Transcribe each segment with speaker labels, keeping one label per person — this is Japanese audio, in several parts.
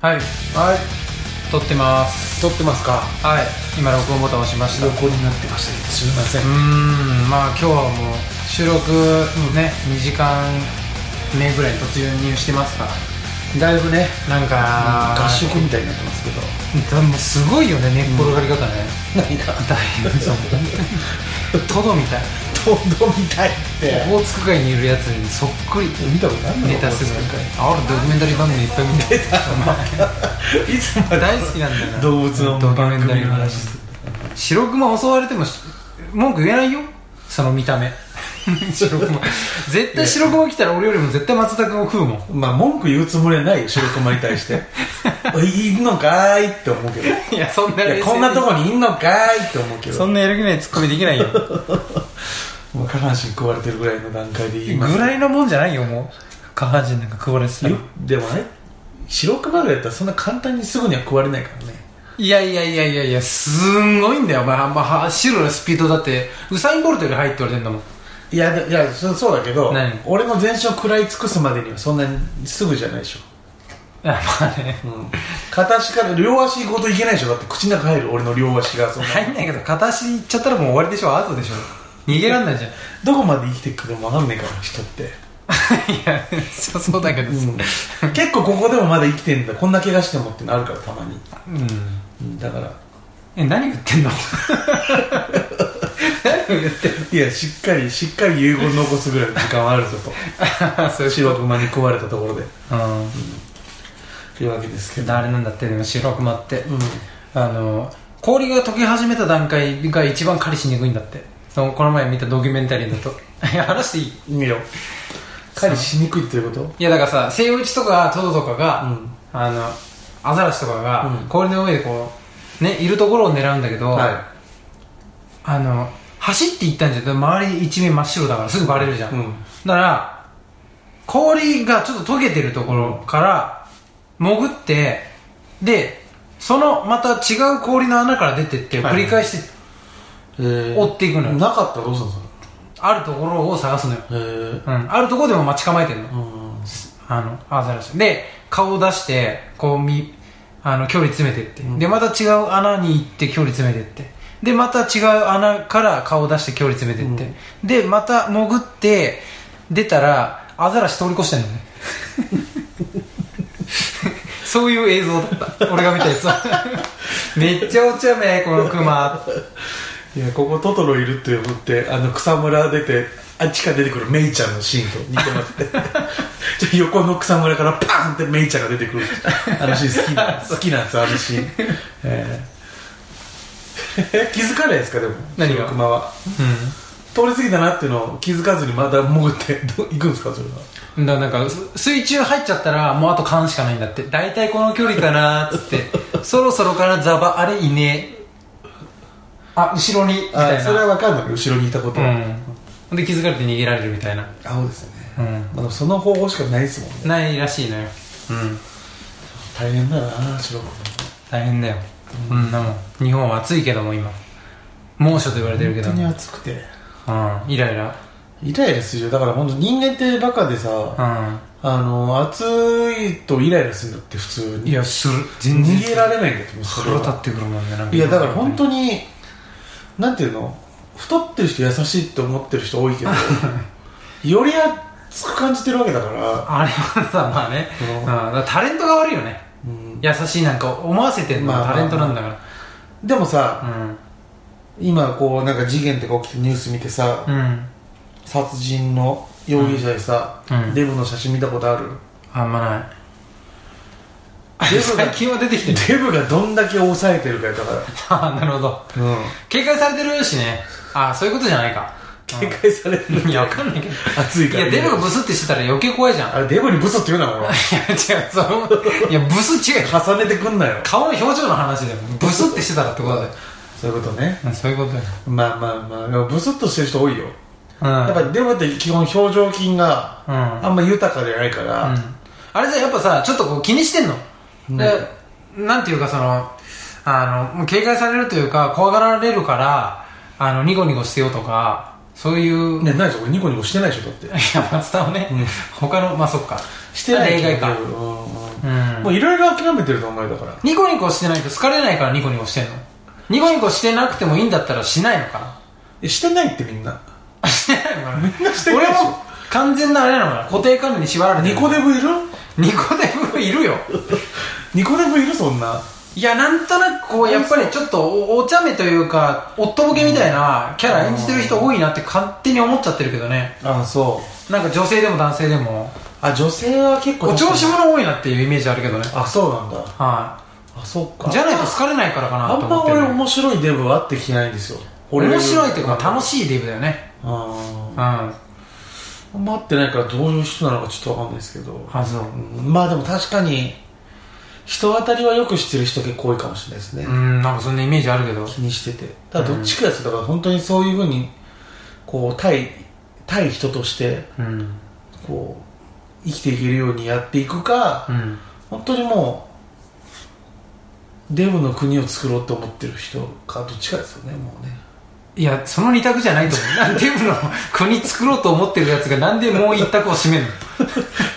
Speaker 1: はい
Speaker 2: はい
Speaker 1: 撮ってます
Speaker 2: 撮ってますか
Speaker 1: はい今録音ボタン押しましたう
Speaker 2: 横になってましたけどすみません
Speaker 1: ーんまあ今日はもう収録のね2時間目ぐらいに突入してますから
Speaker 2: だいぶね
Speaker 1: なんか
Speaker 2: 合宿みたいになってますけど
Speaker 1: だもうすごいよね寝っ転がり方ね、
Speaker 2: 何が
Speaker 1: だいぶそう本当にトドみた い
Speaker 2: とどみたいって
Speaker 1: オホーツク海にいるやつにそっくり
Speaker 2: 見たことあるの
Speaker 1: ネタすぐ
Speaker 2: なんか
Speaker 1: あ俺ドキュメンタリー番組いっぱい見てる
Speaker 2: いつまで
Speaker 1: 大好きなんだよな
Speaker 2: 動物の
Speaker 1: ドキュメ
Speaker 2: 番
Speaker 1: ンタリ
Speaker 2: 組
Speaker 1: ー
Speaker 2: の
Speaker 1: の話
Speaker 2: 話する
Speaker 1: 白熊襲われてもし文句言えないよその見た目 白熊絶対白熊来たら俺よりも絶対松田君を食うもん
Speaker 2: まあ文句言うつもりはないよ白熊に対していんのかーいって思うけどい
Speaker 1: いやそんな
Speaker 2: やこんなとこにいんのかーいって思うけど
Speaker 1: そんなやる気ないツッコミできないよ
Speaker 2: もう下半身食われてるぐらいの段階で言います
Speaker 1: ぐらいのもんじゃないよもう下半身なんか食われてたら
Speaker 2: よでもね白熊ぐらいだったらそんな簡単にすぐには食われないからね
Speaker 1: いやいやいやいやいやすんごいんだよお前あんま走るスピードだってウサイン・ボルトより入って言われてんだもん
Speaker 2: いやでいやそそうだけど
Speaker 1: 何
Speaker 2: 俺の全身を食らい尽くすまでにはそんなにすぐじゃないでしょ、
Speaker 1: あまあね
Speaker 2: うん、片足から両足ごといけないでしょだって口の中入る俺の両足がそんな
Speaker 1: 入んないけど片足いっちゃったらもう終わりでしょアウトでしょ逃げらんないじゃんい
Speaker 2: どこまで生きてくるかもわかんないから人って、
Speaker 1: やそそうだけど
Speaker 2: う
Speaker 1: さ
Speaker 2: ん、結構ここでもまだ生きてんだこんな怪我してもってなるからたまに、
Speaker 1: うん
Speaker 2: うん、だから
Speaker 1: え何言ってんの 何を言ってん
Speaker 2: いやしっかりしっかり遺言残すぐらいの時間はあるぞと
Speaker 1: のそういう
Speaker 2: 白熊に食われたところで
Speaker 1: うん
Speaker 2: というわけですけど、
Speaker 1: 誰なんだってでも白熊って
Speaker 2: うん、
Speaker 1: あの氷が溶け始めた段階が一番狩りしにくいんだってそのこの前見たドキュメンタリーだと いや話していい
Speaker 2: 見ろ狩りしにくいっていうこと
Speaker 1: いやだからさセイウチとかトドとかが、
Speaker 2: うん
Speaker 1: あのアザラシとかが、
Speaker 2: うん
Speaker 1: 氷の上でこうねいるところを狙うんだけど、あの走っていったんじゃん周り一面真っ白だからすぐバレるじゃん、
Speaker 2: うん
Speaker 1: だから氷がちょっと溶けてるところから潜ってでそのまた違う氷の穴から出てって
Speaker 2: はい
Speaker 1: 繰り返して
Speaker 2: えー
Speaker 1: 追っていくのよ、
Speaker 2: なかったらどうするの
Speaker 1: あるところを探すのよ、
Speaker 2: へえ
Speaker 1: うん、あるところでも待ち構えてるの
Speaker 2: うん
Speaker 1: あのアザラシで顔を出してこうみあの距離詰めてって、でまた違う穴に行って距離詰めてってでまた違う穴から顔を出して距離詰めてって、でまた潜って出たらアザラシ通り越してんのねそういう映像だった俺が見たやつはめっちゃお茶目このクマ
Speaker 2: いやここトトロいるって思ってあの草むら出てあっちから出てくるメイちゃんのシーンと似てますね じゃあ横の草むらからパーンってメイちゃんが出てくるあのシー ン好きな好きなんですあのシーン、えー気づかないですかでも
Speaker 1: 何が
Speaker 2: 白熊は通り過ぎたなっていうのを気づかずにまた潜って ど行くんですかそれは
Speaker 1: うんだからなんかす水中入っちゃったらもうあと缶しかないんだって大体この距離かなーっつって そろそろからザバあれいねえあ後ろにみたい
Speaker 2: あ
Speaker 1: な
Speaker 2: それは分かんない後ろにいたことは、
Speaker 1: うんで気づかれて逃げられるみたいな
Speaker 2: あそうですね、
Speaker 1: う
Speaker 2: ま
Speaker 1: ん
Speaker 2: あ、でもその方法しかないですもんね
Speaker 1: ないらしいのようん
Speaker 2: 大変だな白熊
Speaker 1: 大変だよこんなもん日本は暑いけども今猛暑と言われてるけど
Speaker 2: 本当に
Speaker 1: も
Speaker 2: 暑くて
Speaker 1: うんイライラ
Speaker 2: イライラするよだから本当人間ってバカでさ、
Speaker 1: う
Speaker 2: あの暑いとイライラするんだって普通
Speaker 1: んい
Speaker 2: に
Speaker 1: やする全然
Speaker 2: 逃げられないんだってもうそれ
Speaker 1: 腹
Speaker 2: は
Speaker 1: 立ってくるもんねなん
Speaker 2: いやだから本当になんていうの太ってる人優しいって思ってる人多 いけどより熱く感じてるわけだから、
Speaker 1: あれはさまあね、
Speaker 2: うん
Speaker 1: うんだからタレントが悪いよね
Speaker 2: うん
Speaker 1: 優しいなんか思わせてんの
Speaker 2: まあ
Speaker 1: はタレントなんだか
Speaker 2: でもさ
Speaker 1: らうん
Speaker 2: 今こうなんか事件とか起きてニュース見てさ、
Speaker 1: うん
Speaker 2: 殺人の容疑者でさ、
Speaker 1: うん
Speaker 2: デブの写真見たことある、
Speaker 1: あんまない
Speaker 2: デブが
Speaker 1: 最近は出てきてる
Speaker 2: デブがどんだけ抑えてるかよだか
Speaker 1: ああなるほど
Speaker 2: ら、うん、
Speaker 1: 警戒されてるしねああそういうことじゃないか
Speaker 2: 警戒される
Speaker 1: うんいやわかんないけど
Speaker 2: 暑い
Speaker 1: い
Speaker 2: から
Speaker 1: やデブがブスってしてたら余計怖いじゃんい
Speaker 2: あれデブにブスって言うなお前
Speaker 1: や違うそのいやブス違うよ
Speaker 2: 重ねてくんなよ
Speaker 1: 顔の表情の話だよブスってしてたらってことだよ
Speaker 2: そういうことね
Speaker 1: うんそういうことだよ
Speaker 2: まあまあまあでもブスっとしてる人多いよ
Speaker 1: うん
Speaker 2: やっぱりデブって基本表情筋が
Speaker 1: うん
Speaker 2: あんま豊かじゃないか
Speaker 1: う
Speaker 2: ら
Speaker 1: んあれさやっぱさちょっとこう気にしてんの、でなんていうかそのあのもう警戒されるというか怖がられるからあのニコニコしてよとかそういう、
Speaker 2: ねないでしょ俺ニコニコしてないでしょだって
Speaker 1: いや松田をね、他のまあそっか
Speaker 2: してない
Speaker 1: 例外か
Speaker 2: うんうん
Speaker 1: うん
Speaker 2: もういろいろ諦めてると思うよだから
Speaker 1: ニコニコしてないと好かれないからニコニコしてんのニコニコしてなくてもいいんだったらしないのか な
Speaker 2: えしてないってみんな
Speaker 1: あしてないのかなみん
Speaker 2: なしてないでしょ
Speaker 1: 俺も完全なあれなのかな固定観念に縛られて
Speaker 2: ニ
Speaker 1: る
Speaker 2: コデブいる
Speaker 1: ニコデブいるよ
Speaker 2: ニコデブいるそんない
Speaker 1: やなんとなくこうやっぱりちょっとおお茶目というかおっとぼけみたいなキャラ演じてる人多いなって勝手に思っちゃってるけどね
Speaker 2: あそう
Speaker 1: なんか女性でも男性でも
Speaker 2: あ女性は結構
Speaker 1: お調子者多いなっていうイメージあるけどね
Speaker 2: あそうなんだ
Speaker 1: は
Speaker 2: あそうか
Speaker 1: いじゃないと好かれないからかな
Speaker 2: あ
Speaker 1: と
Speaker 2: んま
Speaker 1: 思って
Speaker 2: 俺
Speaker 1: る
Speaker 2: 面白いデブは会ってきてないんですよ俺
Speaker 1: 面白いというか、まあ、楽
Speaker 2: しい
Speaker 1: しいデブだよね
Speaker 2: あ
Speaker 1: うんあ
Speaker 2: ーあんま会ってないからどういう人なのかちょっとわかんないですけど
Speaker 1: そう
Speaker 2: うんまあでも確かに人当たりはよく知ってる人結構多いかもしれないですね、
Speaker 1: うんなんかそんなイメージあるけど
Speaker 2: 気にしててただどっちかやつだから本当にそういうふうにこう対対人として
Speaker 1: うん
Speaker 2: こう生きていけるようにやっていくか、
Speaker 1: うん
Speaker 2: 本当にもうデブの国を作ろうと思ってる人かどっちかですよねもうね
Speaker 1: いやその二択じゃないと思う なんでデブの国作ろうと思ってるやつがなんでもう一択を占める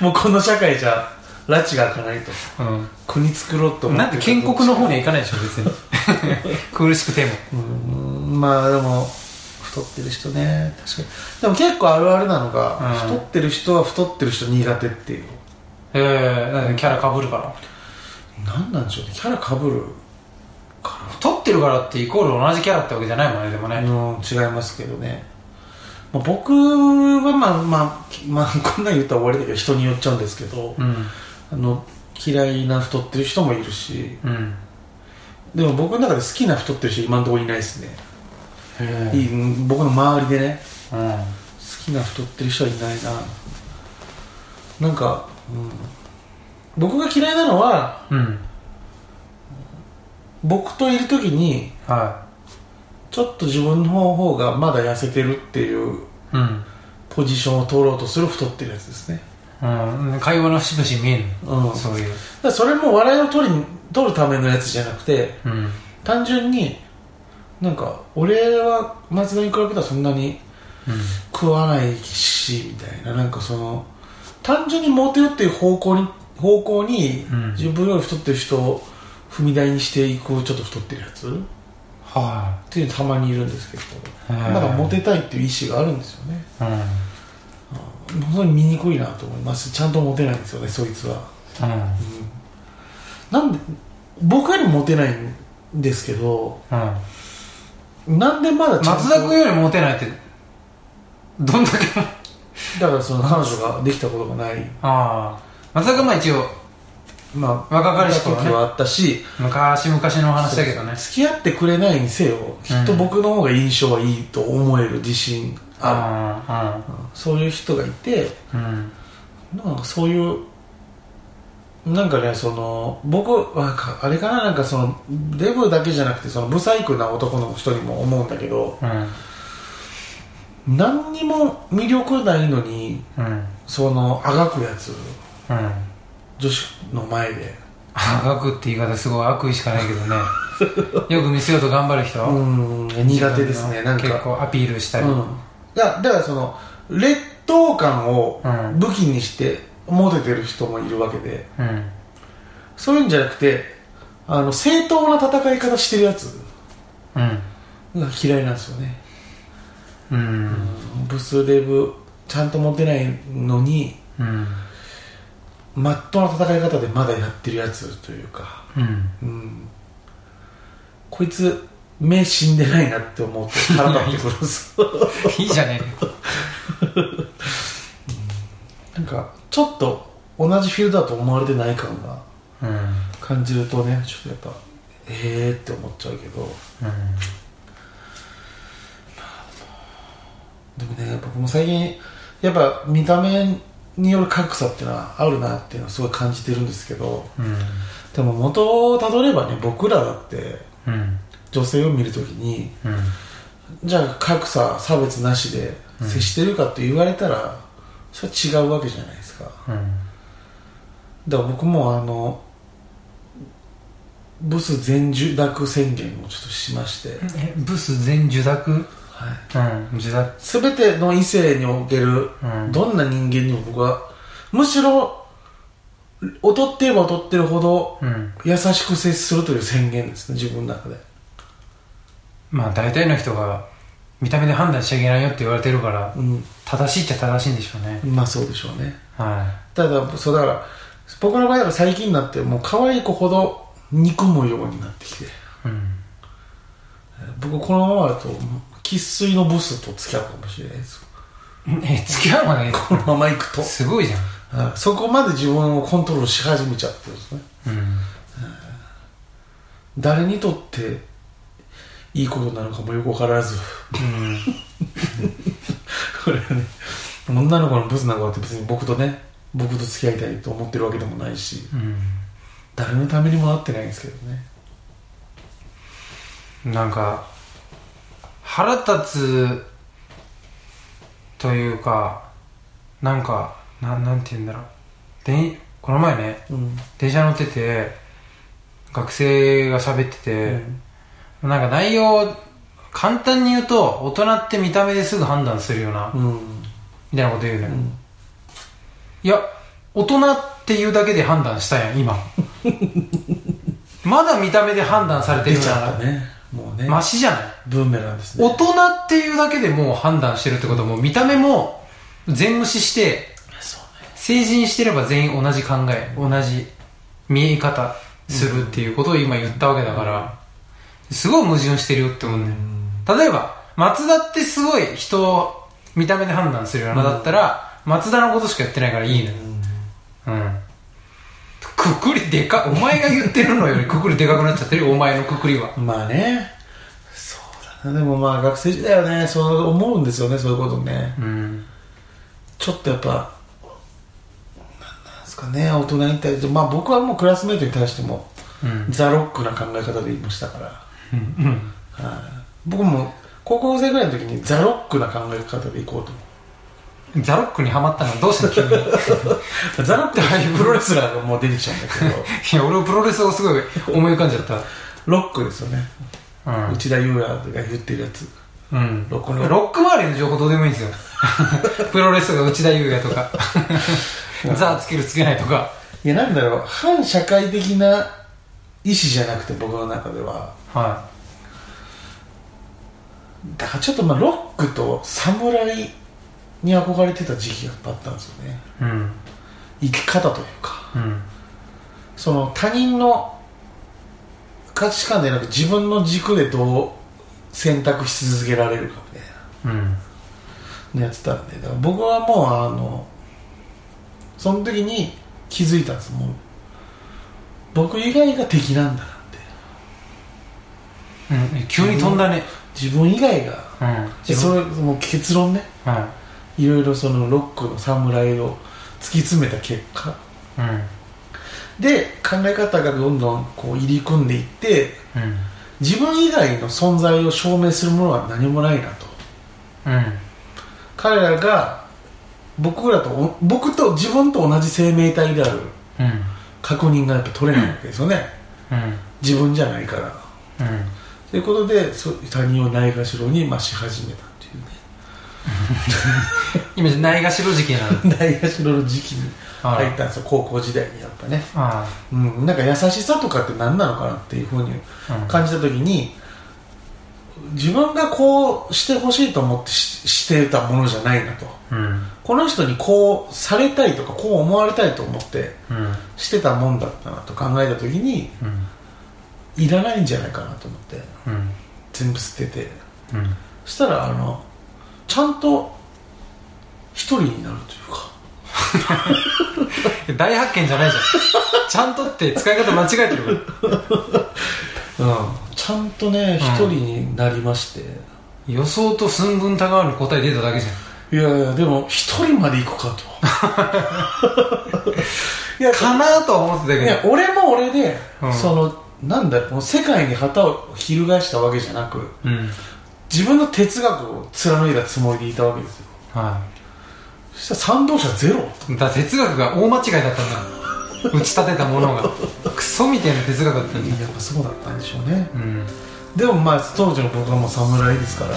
Speaker 2: もうこの社会じゃ拉致が開かないと
Speaker 1: のうん
Speaker 2: 国作ろうと思
Speaker 1: な
Speaker 2: っ
Speaker 1: ん
Speaker 2: て
Speaker 1: で
Speaker 2: る
Speaker 1: 建
Speaker 2: 人
Speaker 1: 国の方には行かないでしょ別に 苦しくても
Speaker 2: うーんまあでも太ってる人ね確かにでも結構あるあるなのが、
Speaker 1: うん
Speaker 2: 太ってる人は太ってる人苦手っていう
Speaker 1: ええなんでキャラかぶるから
Speaker 2: 何なんでしょうねキャラかぶるか
Speaker 1: 太ってるからってイコール同じキャラってわけじゃないもんねでも
Speaker 2: ら、
Speaker 1: ね
Speaker 2: うん、違いますけどね、まあ、僕はまあまあ、きまあ、こんなん言ったら終わりだけど人によっちゃうんですけど、
Speaker 1: うん
Speaker 2: あの嫌いな太ってる人もいるし
Speaker 1: うん
Speaker 2: でも僕の中で好きな太ってる人今のところいないですね、いいうん僕の周りでね
Speaker 1: うん
Speaker 2: 好きな太ってる人はいないななんか、うん、僕が嫌いなのは
Speaker 1: うん
Speaker 2: 僕といる時に
Speaker 1: は
Speaker 2: ちょっと自分の方がまだ痩せてるっていう
Speaker 1: いうん
Speaker 2: ポジションを取ろうとする太ってるやつですね
Speaker 1: うん、会話の節々見えんの、
Speaker 2: うん
Speaker 1: そういう、
Speaker 2: だからそれも笑いを取りに取るためのやつじゃなくて
Speaker 1: うん、
Speaker 2: 単純になんか俺は松田に比べたらそんなに食わないしみたいななんかその単純にモテるっていう方向に方向に
Speaker 1: うん
Speaker 2: 自分より太ってる人を踏み台にしていくちょっと太ってるやつっ
Speaker 1: は
Speaker 2: ていうのたまにいるんですけど
Speaker 1: へー
Speaker 2: まだモテたいっていう意思があるんですよね
Speaker 1: い、うん、うん、
Speaker 2: 本当に醜いなと思いますちゃんとモテないんですよねそいつは、うん、なんで僕よりモテないんですけど
Speaker 1: うん、
Speaker 2: なんでまだちゃんと
Speaker 1: 松田君よりモテないって、どんだけ、
Speaker 2: だからその彼女ができたことがない
Speaker 1: ああ、松田君は一応、
Speaker 2: まあ
Speaker 1: 若かりし頃ね
Speaker 2: 時はあったし
Speaker 1: 昔々の話だけどね、
Speaker 2: 付き合ってくれないにせよきっと僕の方が印象はいいと思える自信あ
Speaker 1: あ
Speaker 2: る、そういう人がいて
Speaker 1: あ、うん、うん、
Speaker 2: なんかそういうなんかねその僕はかあれかななんかそのデブだけじゃなくてそのブサイクな男の人にも思うんだけど
Speaker 1: うん、
Speaker 2: 何にも魅力ないのに
Speaker 1: うん、
Speaker 2: そのあがくやつ
Speaker 1: うん、
Speaker 2: 女子の前で
Speaker 1: あがくって言い方、すごい悪意しかないけどね、よく見せようと頑張る人、
Speaker 2: うーん苦手ですねなんか
Speaker 1: 結構アピールしたり、
Speaker 2: うん、いやだからその劣等感を
Speaker 1: うん
Speaker 2: 武器にしてモテてる人もいるわけで
Speaker 1: うん、
Speaker 2: そういうんじゃなくてあの正当な戦い方してるやつ
Speaker 1: うん、
Speaker 2: が嫌いなんですよね、
Speaker 1: うん、
Speaker 2: ブスデブちゃんとモテないのに
Speaker 1: うん、
Speaker 2: まっとうな戦い方でまだやってるやつというか
Speaker 1: うん。
Speaker 2: うんこいつ目死んでないなって思うと腹立ってくるんですよ
Speaker 1: いいじゃねえ
Speaker 2: なんかちょっと同じフィールドだと思われてない感が
Speaker 1: うんうん
Speaker 2: 感じるとねちょっとやっぱええー、って思っちゃうけどでもね僕も最近やっぱ見た目による格差っていうのはあるなっていうのはすごい感じてるんですけど
Speaker 1: うん
Speaker 2: でも元をたどればね僕らだって
Speaker 1: うん
Speaker 2: 女性を見るときに
Speaker 1: うん
Speaker 2: じゃあ格差差別なしで接してるかって言われたら、それは違うわけじゃないですか
Speaker 1: うん
Speaker 2: だから僕もあのブス全受諾宣言をちょっとしまして、
Speaker 1: えブス全受諾うん
Speaker 2: はい、
Speaker 1: 受諾
Speaker 2: 全ての異性における
Speaker 1: うん
Speaker 2: どんな人間にも僕はむしろ劣ってれば劣ってるほど
Speaker 1: うん
Speaker 2: 優しく接するという宣言ですね自分の中で
Speaker 1: まあ大体の人が見た目で判断しちゃいけないよって言われてるから
Speaker 2: う
Speaker 1: 正しいっちゃ正しいんでしょうね
Speaker 2: んまあそうでしょうね
Speaker 1: は
Speaker 2: ただそうだから僕の場合は最近になってもう可愛い子ほど憎むようになってきて
Speaker 1: いうん
Speaker 2: 僕このままだと生粋のボスと付き合うかもしれないです
Speaker 1: え付き合うまで
Speaker 2: このまま行くと
Speaker 1: すごいじゃん
Speaker 2: はいそこまで自分をコントロールし始めちゃってるんですね
Speaker 1: うん
Speaker 2: 誰にとっていいことなのかもよくわからず
Speaker 1: うん
Speaker 2: これはね女の子のブスなんかって別に僕とね僕と付き合いたいと思ってるわけでもないし誰のためにもなってないんですけどね
Speaker 1: うんなんか腹立つというかなんかなんなんて言うんだろうでんこの前ね
Speaker 2: うん、
Speaker 1: 電車乗ってて学生が喋ってて、なんか内容簡単に言うと大人って見た目ですぐ判断するよな、
Speaker 2: うん
Speaker 1: みたいなこと言うの
Speaker 2: う
Speaker 1: よ、
Speaker 2: ん
Speaker 1: いや大人っていうだけで判断したやん 今まだ見た目で判断されて
Speaker 2: 出
Speaker 1: る
Speaker 2: ちゃっ
Speaker 1: な
Speaker 2: たねもうね、
Speaker 1: らマシじゃない
Speaker 2: ブーメランですね
Speaker 1: 大人っていうだけでもう判断してるってことはもう見た目も全無視して
Speaker 2: そうね
Speaker 1: 成人してれば全員同じ考え同じ見え方するっていうことを今言ったわけだから、すごい矛盾してるよって思うね、例えば松田ってすごい人を見た目で判断するような、
Speaker 2: うん
Speaker 1: だったら松田のことしかやってないからいいのようんくくりでかお前が言ってるのよりくくりでかくなっちゃってるよお前のくくりは
Speaker 2: まあねそうだなでもまあ学生時代はねそう思うんですよねそういうことね
Speaker 1: うん
Speaker 2: ちょっとやっぱなんなんですかね大人に対してまあ僕はもうクラスメートに対しても
Speaker 1: うん
Speaker 2: ザ・ロックな考え方でいましたから、
Speaker 1: うん
Speaker 2: はい僕も高校生ぐらいの時にザ・ロックな考え方でいこうと思
Speaker 1: うんザロックにハマったのどうしたの急 に
Speaker 2: うザ・ロックってプロレスラーがもう出てきちゃうんだけど
Speaker 1: いや俺もプロレスをすごい思い浮かんじゃった
Speaker 2: ロックですよね、
Speaker 1: うん
Speaker 2: 内田裕也が言ってるやつ
Speaker 1: うん、
Speaker 2: ロ
Speaker 1: ロ
Speaker 2: ックンロール
Speaker 1: ック周りの情報どうでもいいん ですよプロレスとか内田裕也とかザつけるつけないとか
Speaker 2: いやなんだろう反社会的な意思じゃなくて僕の中では
Speaker 1: は
Speaker 2: だからちょっとまあロックと侍に憧れてた時期がやっぱあったんですよね
Speaker 1: いうん
Speaker 2: 生き方というか
Speaker 1: うん
Speaker 2: その他人の価値観でなく自分の軸でどう選択し続けられるかみたい
Speaker 1: うん
Speaker 2: なのやってたんでだから僕はもうあのその時に気づいたんですもう僕以外が敵なんだなって
Speaker 1: うん急に飛んだね
Speaker 2: 自分以外が
Speaker 1: うん
Speaker 2: でそれもう結論ね
Speaker 1: はい
Speaker 2: ろいろそのロックの侍を突き詰めた結果
Speaker 1: いうん
Speaker 2: で考え方がどんどんこう入り組んでいって
Speaker 1: うん
Speaker 2: 自分以外の存在を証明するものは何もないなと
Speaker 1: うん
Speaker 2: 彼らが僕らとお僕と自分と同じ生命体である
Speaker 1: うん
Speaker 2: 確認がやっぱ取れないわけですよね
Speaker 1: うん
Speaker 2: 自分じゃないから
Speaker 1: うん
Speaker 2: ということでそ他人をないがしろにまあし始めたってい
Speaker 1: 今じゃないがしろ時期なの
Speaker 2: うね ないがしろの時期に
Speaker 1: あ
Speaker 2: 入ったんですよ高校時代にやっぱね
Speaker 1: あ
Speaker 2: うん、なんか優しさとかって何なのかなっていうふうに
Speaker 1: あうん
Speaker 2: 感じた時に自分がこうしてほしいと思ってししてたものじゃないなと
Speaker 1: うん
Speaker 2: この人にこうされたいとかこう思われたいと思って
Speaker 1: うん
Speaker 2: してたもんだったなと考えた時に
Speaker 1: うん
Speaker 2: いらないんじゃないかなと思って
Speaker 1: うん
Speaker 2: 全部捨てて
Speaker 1: うん
Speaker 2: そしたらあのちゃんと一人になるというか
Speaker 1: 大発見じゃ ないじゃんちゃんとって使い方間違えてるから
Speaker 2: うん、ちゃんとね一人になりまして、
Speaker 1: 予想と寸分たがわぬ答え出ただけじゃん
Speaker 2: いやいやでも一人まで行くかと いや
Speaker 1: かなとは思ってた
Speaker 2: い
Speaker 1: け
Speaker 2: や
Speaker 1: ど
Speaker 2: 俺も俺で、
Speaker 1: うん
Speaker 2: そのなんだこの世界に旗を翻したわけじゃなく
Speaker 1: うん
Speaker 2: 自分の哲学を貫いたつもりでいたわけですよ
Speaker 1: は
Speaker 2: そしたら賛同者ゼロ
Speaker 1: いだから哲学が大間違いだったんだ打ち立てたものがクソみたいな哲学だったんだ
Speaker 2: やっぱそうだったんでしょうね
Speaker 1: うん
Speaker 2: でもまあ当時の僕はもう侍ですから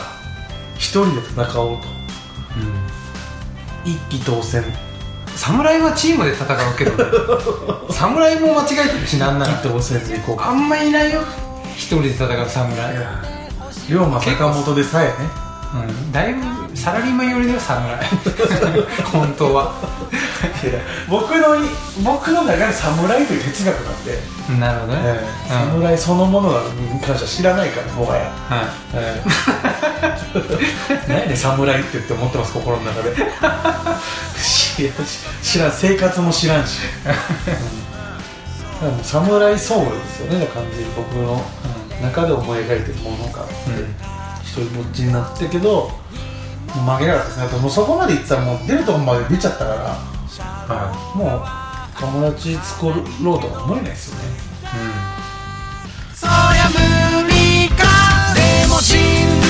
Speaker 2: 一人で戦おうと一騎当選
Speaker 1: 侍はチームで戦うけど 侍も間違えてるしなんな
Speaker 2: きっ
Speaker 1: ら
Speaker 2: と忘れずに行こうか
Speaker 1: あんまいないよ一人で戦う
Speaker 2: い
Speaker 1: 侍、
Speaker 2: や龍馬坂本でさえね
Speaker 1: うん、だいぶサラリー マン寄りだよ侍本当は
Speaker 2: 僕のに僕の中で侍という哲学なんで、
Speaker 1: なるほどね、
Speaker 2: ええ
Speaker 1: うん
Speaker 2: 侍そのものに関しては知らないからもはや、
Speaker 1: はい
Speaker 2: ええ なんで侍ってって思ってます心の中で知らんし 知らん生活も知らんし、うん、だからもう侍ソウルですよね感じ僕の中で思い描いてるものがあって、
Speaker 1: うん
Speaker 2: 一人ぼっちになってけど曲げなかったですねあともうそこまでいったらもう出るとこまで出ちゃったから、もう友達作ろうとは思えないですよね
Speaker 1: うん
Speaker 3: そりゃ無理かでも人類